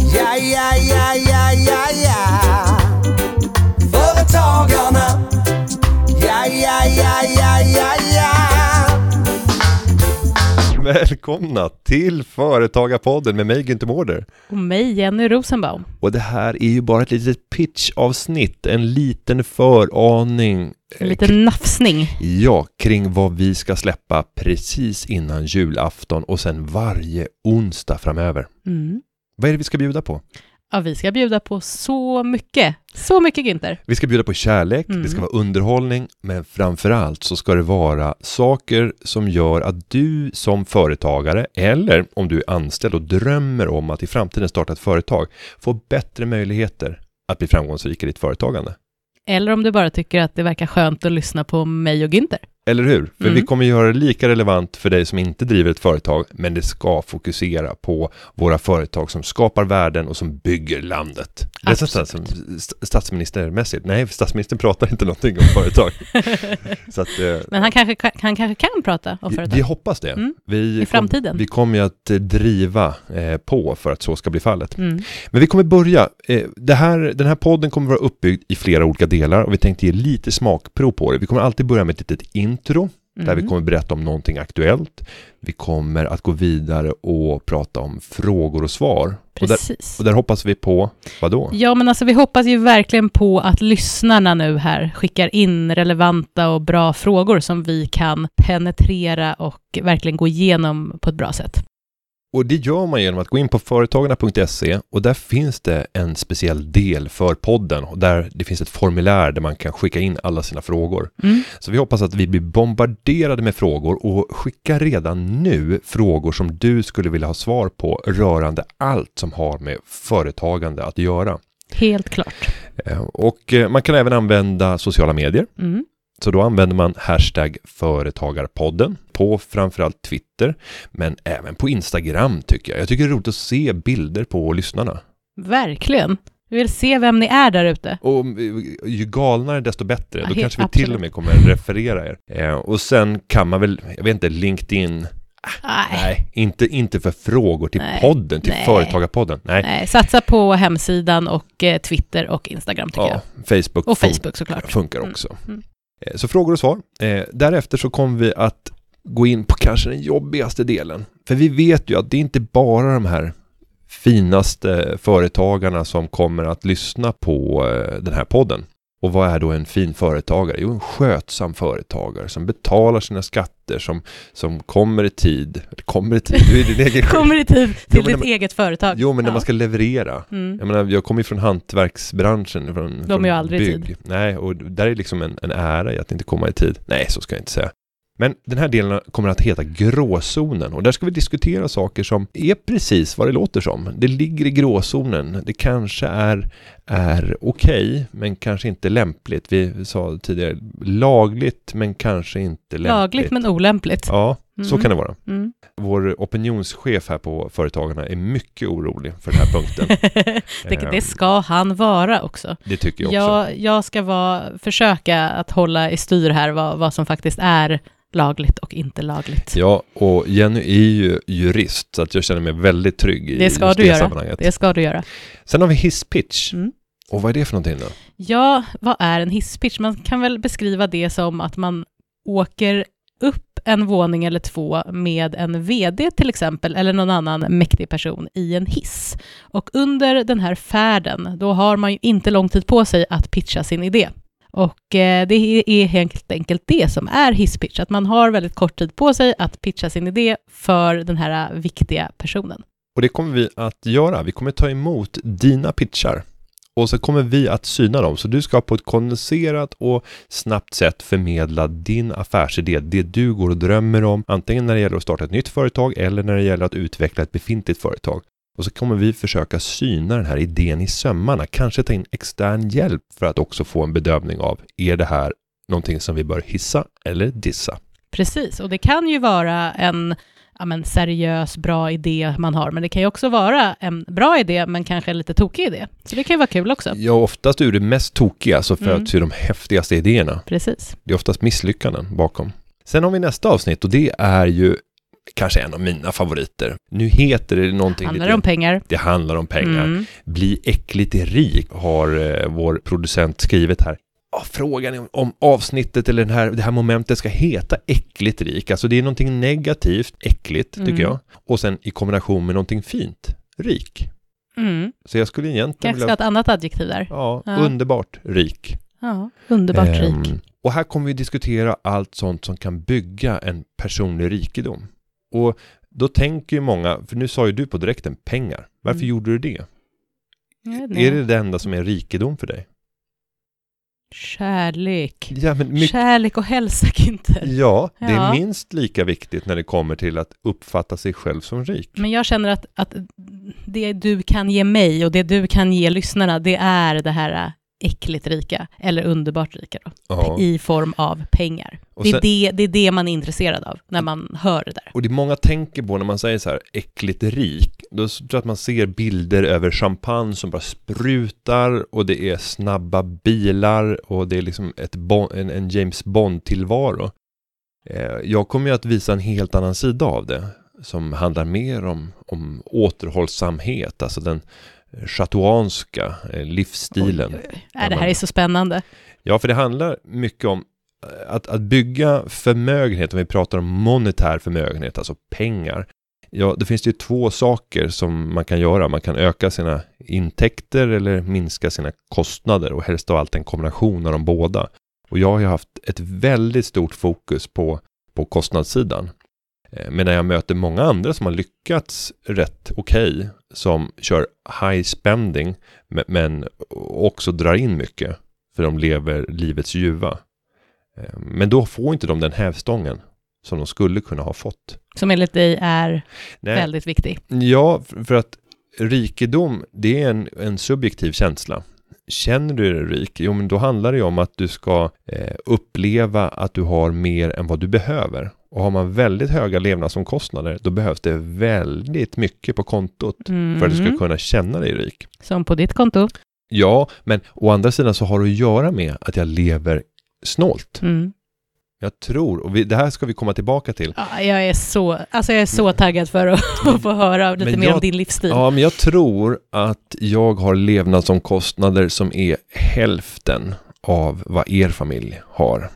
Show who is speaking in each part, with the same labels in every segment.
Speaker 1: ja, ja, ja, ja, ja. Företagarna. Ja, ja, ja, ja, ja, ja.
Speaker 2: Välkomna till Företagarpodden med mig Günther Mårder.
Speaker 3: Och mig, Jenny Rosenbaum.
Speaker 2: Och det här är ju bara ett litet pitchavsnitt, en liten föraning.
Speaker 3: En liten nafsning.
Speaker 2: Ja, kring vad vi ska släppa precis innan julafton och sen varje onsdag framöver.
Speaker 3: Mm.
Speaker 2: Vad är det vi ska bjuda på?
Speaker 3: Ja, vi ska bjuda på så mycket. Så mycket Günther.
Speaker 2: Vi ska bjuda på kärlek, det
Speaker 3: Mm.
Speaker 2: ska vara underhållning, men framförallt så ska det vara saker som gör att du som företagare, eller om du är anställd och drömmer om att i framtiden starta ett företag, får bättre möjligheter att bli framgångsrik i ditt företagande.
Speaker 3: Eller om du bara tycker att det verkar skönt att lyssna på mig och Günther.
Speaker 2: Eller hur? För
Speaker 3: Mm.
Speaker 2: vi kommer göra det lika relevant för dig som inte driver ett företag, men det ska fokusera på våra företag som skapar värden och som bygger landet. Det är så- så- så- st- Statsministermässigt, nej, statsministern pratar inte någonting om företag. så att, eh,
Speaker 3: Men han kanske, han kanske kan prata om
Speaker 2: vi, vi
Speaker 3: företag.
Speaker 2: hoppas det.
Speaker 3: Mm.
Speaker 2: Vi
Speaker 3: I framtiden.
Speaker 2: Kom, vi kommer ju att eh, driva eh, på för att så ska bli fallet.
Speaker 3: Mm.
Speaker 2: Men vi kommer börja. Eh, det här, den här podden kommer vara uppbyggd i flera olika delar och vi tänkte ge lite smakprov på det. Vi kommer alltid börja med ett litet intro där vi
Speaker 3: Mm.
Speaker 2: kommer berätta om någonting aktuellt. Vi kommer att gå vidare och prata om frågor och svar. Och där,
Speaker 3: Precis.
Speaker 2: och där hoppas vi på, vadå?
Speaker 3: Ja, men alltså vi hoppas ju verkligen på att lyssnarna nu här skickar in relevanta och bra frågor som vi kan penetrera och verkligen gå igenom på ett bra sätt.
Speaker 2: Och det gör man genom att gå in på företagarna.se och där finns det en speciell del för podden och där det finns ett formulär där man kan skicka in alla sina frågor.
Speaker 3: Mm.
Speaker 2: Så vi hoppas att vi blir bombarderade med frågor och skicka redan nu frågor som du skulle vilja ha svar på rörande allt som har med företagande att göra.
Speaker 3: Helt klart.
Speaker 2: Eh, Och eh, man kan även använda sociala medier.
Speaker 3: Mm.
Speaker 2: Så då använder man hashtag företagarpodden på framförallt Twitter, men även på Instagram tycker jag. Jag tycker det är roligt att se bilder på lyssnarna.
Speaker 3: Verkligen. Vi vill se vem ni är där ute.
Speaker 2: Och eh, ju galnare desto bättre.
Speaker 3: Ja,
Speaker 2: Då
Speaker 3: helt-
Speaker 2: kanske vi till
Speaker 3: absolut.
Speaker 2: och med kommer referera er. Eh, och sen kan man väl, jag vet inte, LinkedIn.
Speaker 3: Nej.
Speaker 2: Nej, inte, inte för frågor till
Speaker 3: Nej.
Speaker 2: podden, till
Speaker 3: Nej.
Speaker 2: företagarpodden. Nej,
Speaker 3: Nej, satsa på hemsidan och eh, Twitter och Instagram tycker jag.
Speaker 2: ja, Facebook,
Speaker 3: Och
Speaker 2: fun-
Speaker 3: Facebook såklart.
Speaker 2: funkar
Speaker 3: Mm,
Speaker 2: också.
Speaker 3: mm.
Speaker 2: Eh, Så frågor och svar. Eh, Därefter så kommer vi att gå in på kanske den jobbigaste delen. För vi vet ju att det är inte bara de här finaste företagarna som kommer att lyssna på eh, den här podden. Och vad är då en fin företagare? Jo, en skötsam företagare som betalar sina skatter, som, som kommer i tid. Eller kommer i tid, du är din egen
Speaker 3: Kommer i tid till
Speaker 2: men när
Speaker 3: ditt
Speaker 2: man-
Speaker 3: eget företag.
Speaker 2: Jo, men när
Speaker 3: Ja.
Speaker 2: man ska leverera.
Speaker 3: Mm.
Speaker 2: Jag menar, jag kommer ju från hantverksbranschen. Från,
Speaker 3: är
Speaker 2: från
Speaker 3: ju aldrig i
Speaker 2: bygg. Nej, och där är liksom en, en ära i att inte komma i tid. Nej, så ska jag inte säga. Men den här delen kommer att heta gråzonen och där ska vi diskutera saker som är precis vad det låter som. Det ligger i gråzonen. Det kanske är, är okej, men kanske inte lämpligt. Vi sa tidigare lagligt, men kanske inte lämpligt.
Speaker 3: Lagligt men olämpligt.
Speaker 2: Ja, så
Speaker 3: Mm.
Speaker 2: kan det vara.
Speaker 3: Mm.
Speaker 2: Vår opinionschef här på Företagarna är mycket orolig för den här punkten.
Speaker 3: det,
Speaker 2: Ehm,
Speaker 3: det ska han vara också.
Speaker 2: Det tycker jag också.
Speaker 3: Jag, jag ska vara, försöka att hålla i styr här vad, vad som faktiskt är lagligt och inte lagligt.
Speaker 2: Ja, och Jenny är ju jurist, så att jag känner mig väldigt trygg i
Speaker 3: Det ska
Speaker 2: just
Speaker 3: du
Speaker 2: det
Speaker 3: göra.
Speaker 2: sammanhanget.
Speaker 3: Det ska du göra.
Speaker 2: Sen har vi hisspitch.
Speaker 3: Mm.
Speaker 2: Och vad är det för någonting då?
Speaker 3: Ja, vad är en hisspitch? Man kan väl beskriva det som att man åker upp en våning eller två med en vd till exempel, eller någon annan mäktig person i en hiss. Och under den här färden, då har man ju inte lång tid på sig att pitcha sin idé. Och eh, det är helt enkelt det som är hisspitch, att man har väldigt kort tid på sig att pitcha sin idé för den här eh, viktiga personen.
Speaker 2: Och det kommer vi att göra. Vi kommer ta emot dina pitchar. Och så kommer vi att syna dem. Så du ska på ett kondenserat och snabbt sätt förmedla din affärsidé. Det du går och drömmer om. Antingen när det gäller att starta ett nytt företag eller när det gäller att utveckla ett befintligt företag. Och så kommer vi försöka syna den här idén i sömmarna. Kanske ta in extern hjälp för att också få en bedömning av. Är det här någonting som vi bör hissa eller dissa?
Speaker 3: Precis, och det kan ju vara en ja, men seriös, bra idé man har, men det kan ju också vara en bra idé, men kanske en lite tokig idé. Så det kan ju vara kul också.
Speaker 2: Ja, oftast ur det mest tokiga alltså så
Speaker 3: Mm.
Speaker 2: föds ju de häftigaste idéerna.
Speaker 3: Precis.
Speaker 2: Det är oftast misslyckanden bakom. Sen har vi nästa avsnitt och det är ju kanske en av mina favoriter. Nu heter det någonting
Speaker 3: Handlar det
Speaker 2: lite...
Speaker 3: om pengar?
Speaker 2: det handlar om pengar.
Speaker 3: Mm.
Speaker 2: Bli äckligt rik har eh, vår producent skrivit här. Ja, frågan är om, om avsnittet eller den här, det här momentet ska heta äckligt rik. Alltså det är någonting negativt, äckligt
Speaker 3: Mm.
Speaker 2: tycker jag. Och sen i kombination med någonting fint, rik.
Speaker 3: Mm.
Speaker 2: Så jag skulle egentligen
Speaker 3: Kanske ska ha
Speaker 2: vilja...
Speaker 3: ett annat adjektiv där.
Speaker 2: Ja,
Speaker 3: Ja.
Speaker 2: underbart rik.
Speaker 3: Ja, underbart
Speaker 2: Ehm,
Speaker 3: rik.
Speaker 2: Och här kommer vi diskutera allt sånt som kan bygga en personlig rikedom. Och då tänker ju många, för nu sa ju du på direkten pengar. Varför
Speaker 3: Mm.
Speaker 2: gjorde du det?
Speaker 3: Jag vet
Speaker 2: Är
Speaker 3: inte.
Speaker 2: det det enda som är rikedom för dig?
Speaker 3: Kärlek.
Speaker 2: Ja, men mycket,
Speaker 3: Kärlek och hälsa, Günther.
Speaker 2: ja, det är
Speaker 3: Ja.
Speaker 2: minst lika viktigt när det kommer till att uppfatta sig själv som rik.
Speaker 3: Men jag känner att, att det du kan ge mig och det du kan ge lyssnarna, det är det här äh, äckligt rika, eller underbart rika då,
Speaker 2: Ja.
Speaker 3: i form av pengar.
Speaker 2: Och,
Speaker 3: Det
Speaker 2: sen,
Speaker 3: är det, det är det man är intresserad av när man hör det där.
Speaker 2: och det många tänker på när man säger så här äckligt rik, då s- tror jag att man ser bilder över champagne som bara sprutar och det är snabba bilar och det är liksom ett bon, en, en James Bond-tillvaro. Eh, Jag kommer ju att visa en helt annan sida av det som handlar mer om, om återhållsamhet, alltså den chatuanska eh, livsstilen.
Speaker 3: Oj, oj, oj. Nej, Äh, det här är så spännande.
Speaker 2: Ja, för det handlar mycket om eh, att, att bygga förmögenhet, om vi pratar om monetär förmögenhet, alltså pengar. Ja, då finns det ju två saker som man kan göra. Man kan öka sina intäkter eller minska sina kostnader och helst av allt en kombination av de båda. Och jag har ju haft ett väldigt stort fokus på, på kostnadssidan. Eh, Medan jag möter många andra som har lyckats rätt okej, som kör high spending, men- men också drar in mycket för de lever livets ljuva. Eh, Men då får inte de den hävstången som de skulle kunna ha fått.
Speaker 3: Som enligt dig är
Speaker 2: Nej,
Speaker 3: väldigt viktig.
Speaker 2: ja, f- för att rikedom, det är en, en subjektiv känsla. Känner du dig rik? Jo, men då handlar det ju om att du ska eh, uppleva att du har mer än vad du behöver. Och har man väldigt höga levnadsomkostnader, då behövs det väldigt mycket på kontot
Speaker 3: Mm.
Speaker 2: för att du ska kunna känna dig rik.
Speaker 3: Som på ditt konto.
Speaker 2: Ja, men å andra sidan så har det att göra med att jag lever snålt.
Speaker 3: Mm.
Speaker 2: Jag tror, och vi, det här ska vi komma tillbaka till.
Speaker 3: Ja, jag, är så, alltså jag är så taggad för att, att få höra lite
Speaker 2: Mm. Men
Speaker 3: mer
Speaker 2: jag-
Speaker 3: om din livsstil.
Speaker 2: Ja, men jag tror att jag har levnadsomkostnader som är hälften av vad er familj har.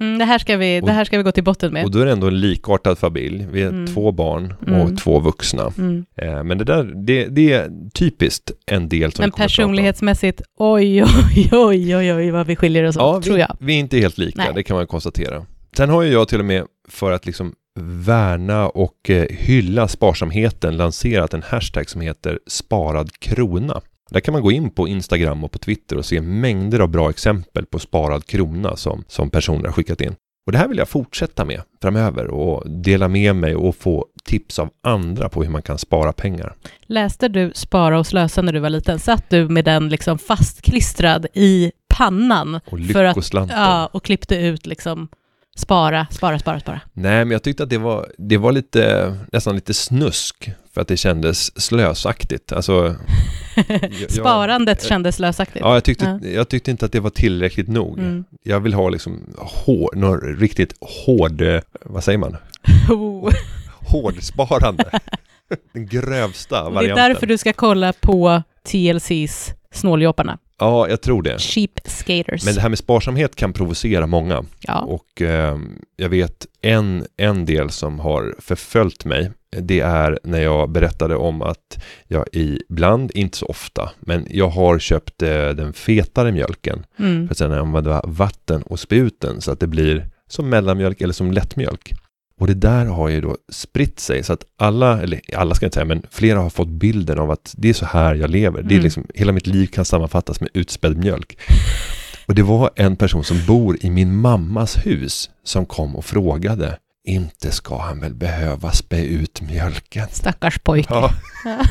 Speaker 3: Mm, det, här ska vi,
Speaker 2: Och-
Speaker 3: det här ska vi gå till botten med.
Speaker 2: Och då är det ändå en likartad familj. Vi är
Speaker 3: Mm.
Speaker 2: två barn och
Speaker 3: Mm.
Speaker 2: två vuxna.
Speaker 3: Mm.
Speaker 2: Eh, men det där, det, det är typiskt en del som
Speaker 3: Men
Speaker 2: vi kommer att prata om.
Speaker 3: personlighetsmässigt, oj, oj, oj, oj, oj, vad vi skiljer oss åt,
Speaker 2: Ja, vi,
Speaker 3: tror jag.
Speaker 2: vi är inte helt lika,
Speaker 3: Nej.
Speaker 2: det kan man konstatera. Sen har ju jag till och med, för att liksom värna och eh, hylla sparsamheten, lanserat en hashtag som heter sparad krona. Där kan man gå in på Instagram och på Twitter och se mängder av bra exempel på sparad krona som, som personer har skickat in. Och det här vill jag fortsätta med framöver och dela med mig och få tips av andra på hur man kan spara pengar.
Speaker 3: Läste du Spara och slösa när du var liten? Satt du med den liksom fastklistrad i pannan
Speaker 2: Och
Speaker 3: För att-
Speaker 2: lyckoslanten.
Speaker 3: ja, och klippte ut liksom spara, spara, spara, spara?
Speaker 2: Nej, men jag tyckte att det var, det var lite, nästan lite snusk för att det kändes slösaktigt. Alltså, jag-
Speaker 3: Sparandet
Speaker 2: jag-
Speaker 3: kändes slösaktigt.
Speaker 2: Eh, ja, jag, tyckte, jag tyckte inte att det var tillräckligt nog.
Speaker 3: Mm.
Speaker 2: Jag vill ha liksom hår, någon riktigt hård, eh, vad säger man,
Speaker 3: Oh.
Speaker 2: hårdsparande. Den grövsta
Speaker 3: Och Det är
Speaker 2: varianten.
Speaker 3: därför du ska kolla på TLCs Snåljåparna,
Speaker 2: Ja, jag tror det.
Speaker 3: Cheap Skaters.
Speaker 2: Men det här med sparsamhet kan provocera många.
Speaker 3: ja.
Speaker 2: Och eh, jag vet en, en del som har förföljt mig. Det är när jag berättade om att jag ibland, inte så ofta, men jag har köpt eh, den fetare mjölken
Speaker 3: Mm.
Speaker 2: för att sen använda vatten och spä ut den så att det blir som mellanmjölk eller som lättmjölk. Och det där har ju då spritt sig så att alla, eller alla ska jag inte säga, men flera har fått bilden av att det är så här jag lever. Det är
Speaker 3: Mm.
Speaker 2: liksom, hela mitt liv kan sammanfattas med utspädd mjölk. Och det var en person som bor i min mammas hus som kom och frågade, inte ska han väl behöva spä ut mjölken?
Speaker 3: Stackars pojke.
Speaker 2: Ja.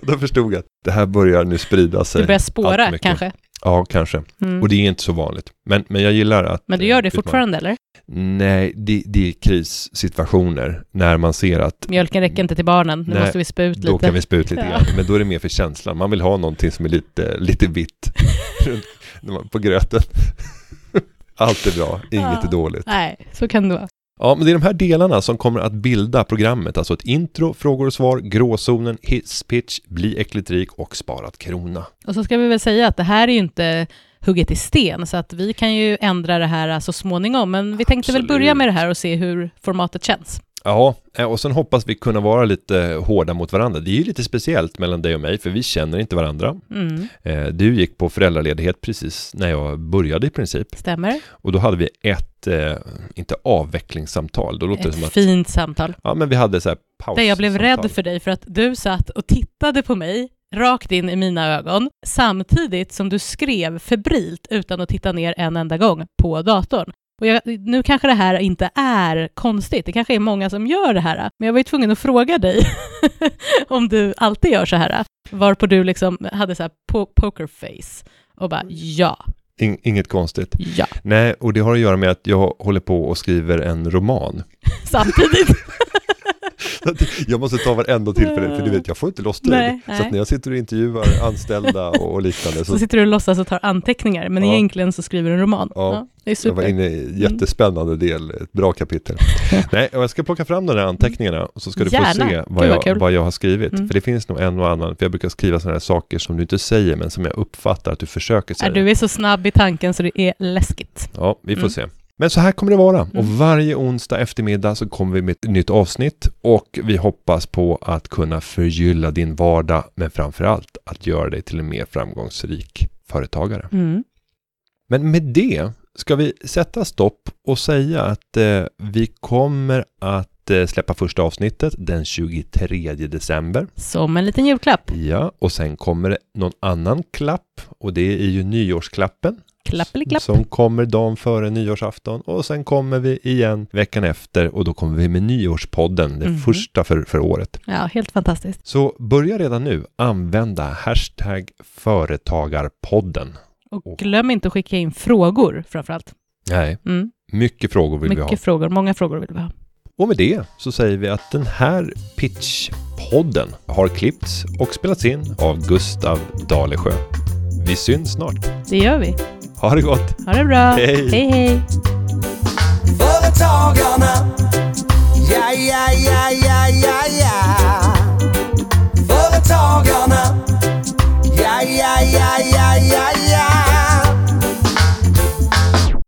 Speaker 2: Och då förstod jag att det här börjar nu sprida sig.
Speaker 3: Du börjar
Speaker 2: allt
Speaker 3: spåra
Speaker 2: mycket.
Speaker 3: kanske.
Speaker 2: Ja, kanske.
Speaker 3: Mm.
Speaker 2: Och det är inte så vanligt. Men, men jag gillar att...
Speaker 3: Men du
Speaker 2: eh,
Speaker 3: gör det
Speaker 2: utmana.
Speaker 3: fortfarande eller?
Speaker 2: Nej, det, det är krissituationer när man ser att
Speaker 3: Mjölken räcker inte till barnen, nu
Speaker 2: Nej,
Speaker 3: måste vi spä ut
Speaker 2: då
Speaker 3: lite.
Speaker 2: kan vi spä ut lite
Speaker 3: Ja.
Speaker 2: grann. Men då är det mer för känslan. Man vill ha någonting som är lite, lite vitt runt- när man- på gröten. Allt är bra, inget
Speaker 3: Ja.
Speaker 2: är dåligt.
Speaker 3: Nej, så kan det vara.
Speaker 2: Ja, men det är de här delarna som kommer att bilda programmet, alltså ett intro, frågor och svar, gråzonen, hisspitch, bli äckligt och sparat krona.
Speaker 3: Och så ska vi väl säga att det här är ju inte hugget i sten, så att vi kan ju ändra det här så småningom, men vi tänkte
Speaker 2: Absolut.
Speaker 3: väl börja med det här och se hur formatet känns.
Speaker 2: Ja, eh, och sen hoppas vi kunna vara lite hårda mot varandra. Det är ju lite speciellt mellan dig och mig, för vi känner inte varandra.
Speaker 3: Mm,
Speaker 2: Eh, Du gick på föräldraledighet precis när jag började i princip.
Speaker 3: stämmer.
Speaker 2: Och då hade vi ett, eh, inte avvecklingssamtal, då låter det som
Speaker 3: Ett
Speaker 2: att...
Speaker 3: fint samtal.
Speaker 2: Ja, men vi hade så här paus.
Speaker 3: Där jag blev rädd för dig för att du satt och tittade på mig rakt in i mina ögon samtidigt som du skrev febrilt utan att titta ner en enda gång på datorn. Och jag, nu kanske det här inte är konstigt, det kanske är många som gör det här, men jag var ju tvungen att fråga dig om du alltid gör så här, varpå du liksom hade så här po- pokerface och bara ja,
Speaker 2: In, inget konstigt.
Speaker 3: ja,
Speaker 2: Nej, och det har att göra med att jag håller på och skriver en roman.
Speaker 3: samtidigt.
Speaker 2: Så att Jag måste ta varenda tillfälle, för du vet, jag får inte loss tid.
Speaker 3: Nej,
Speaker 2: Så
Speaker 3: nej.
Speaker 2: att när jag sitter och intervjuar anställda och, och liknande, så
Speaker 3: Så sitter du och låtsas och tar anteckningar, men
Speaker 2: Ja.
Speaker 3: egentligen så skriver du en roman.
Speaker 2: Ja.
Speaker 3: det är
Speaker 2: jag var
Speaker 3: super.
Speaker 2: inne i en jättespännande del, ett bra kapitel. Nej, och jag ska plocka fram de där anteckningarna och så ska du
Speaker 3: Gärna.
Speaker 2: få se
Speaker 3: Gud, vad
Speaker 2: vad jag,
Speaker 3: kul.
Speaker 2: vad jag har skrivit.
Speaker 3: Mm.
Speaker 2: För det finns nog en och annan, för jag brukar skriva sådana här saker som du inte säger, men som jag uppfattar att du försöker
Speaker 3: Ja,
Speaker 2: säga.
Speaker 3: du är så snabb i tanken så det är läskigt.
Speaker 2: Ja, vi får
Speaker 3: Mm.
Speaker 2: se. Men så här kommer det vara. Och
Speaker 3: Mm.
Speaker 2: varje onsdag eftermiddag så kommer vi med ett nytt avsnitt. Och vi hoppas på att kunna förgylla din vardag. Men framför allt att göra dig till en mer framgångsrik företagare.
Speaker 3: Mm.
Speaker 2: Men med det ska vi sätta stopp och säga att eh, vi kommer att eh, släppa första avsnittet den 23 december.
Speaker 3: Som en liten julklapp.
Speaker 2: Ja, och sen kommer det någon annan klapp. Och det är ju nyårsklappen.
Speaker 3: Klappeliklapp.
Speaker 2: Som kommer dagen före nyårsafton och sen kommer vi igen veckan efter och då kommer vi med nyårspodden, den
Speaker 3: Mhm.
Speaker 2: första för, för året.
Speaker 3: Ja, helt fantastiskt.
Speaker 2: Så börja redan nu använda hashtag företagarpodden.
Speaker 3: Och glöm inte att skicka in frågor framförallt.
Speaker 2: Nej,
Speaker 3: Mm.
Speaker 2: mycket frågor vill vi ha.
Speaker 3: Mycket frågor, många frågor vill vi ha.
Speaker 2: Och med det så säger vi att den här pitchpodden har klippts och spelats in av Gustav Dalesjö. Vi syns snart.
Speaker 3: Det gör vi.
Speaker 2: Ha det gott!
Speaker 3: Ha det bra.
Speaker 2: Hej.
Speaker 3: hej. hej.
Speaker 1: Företag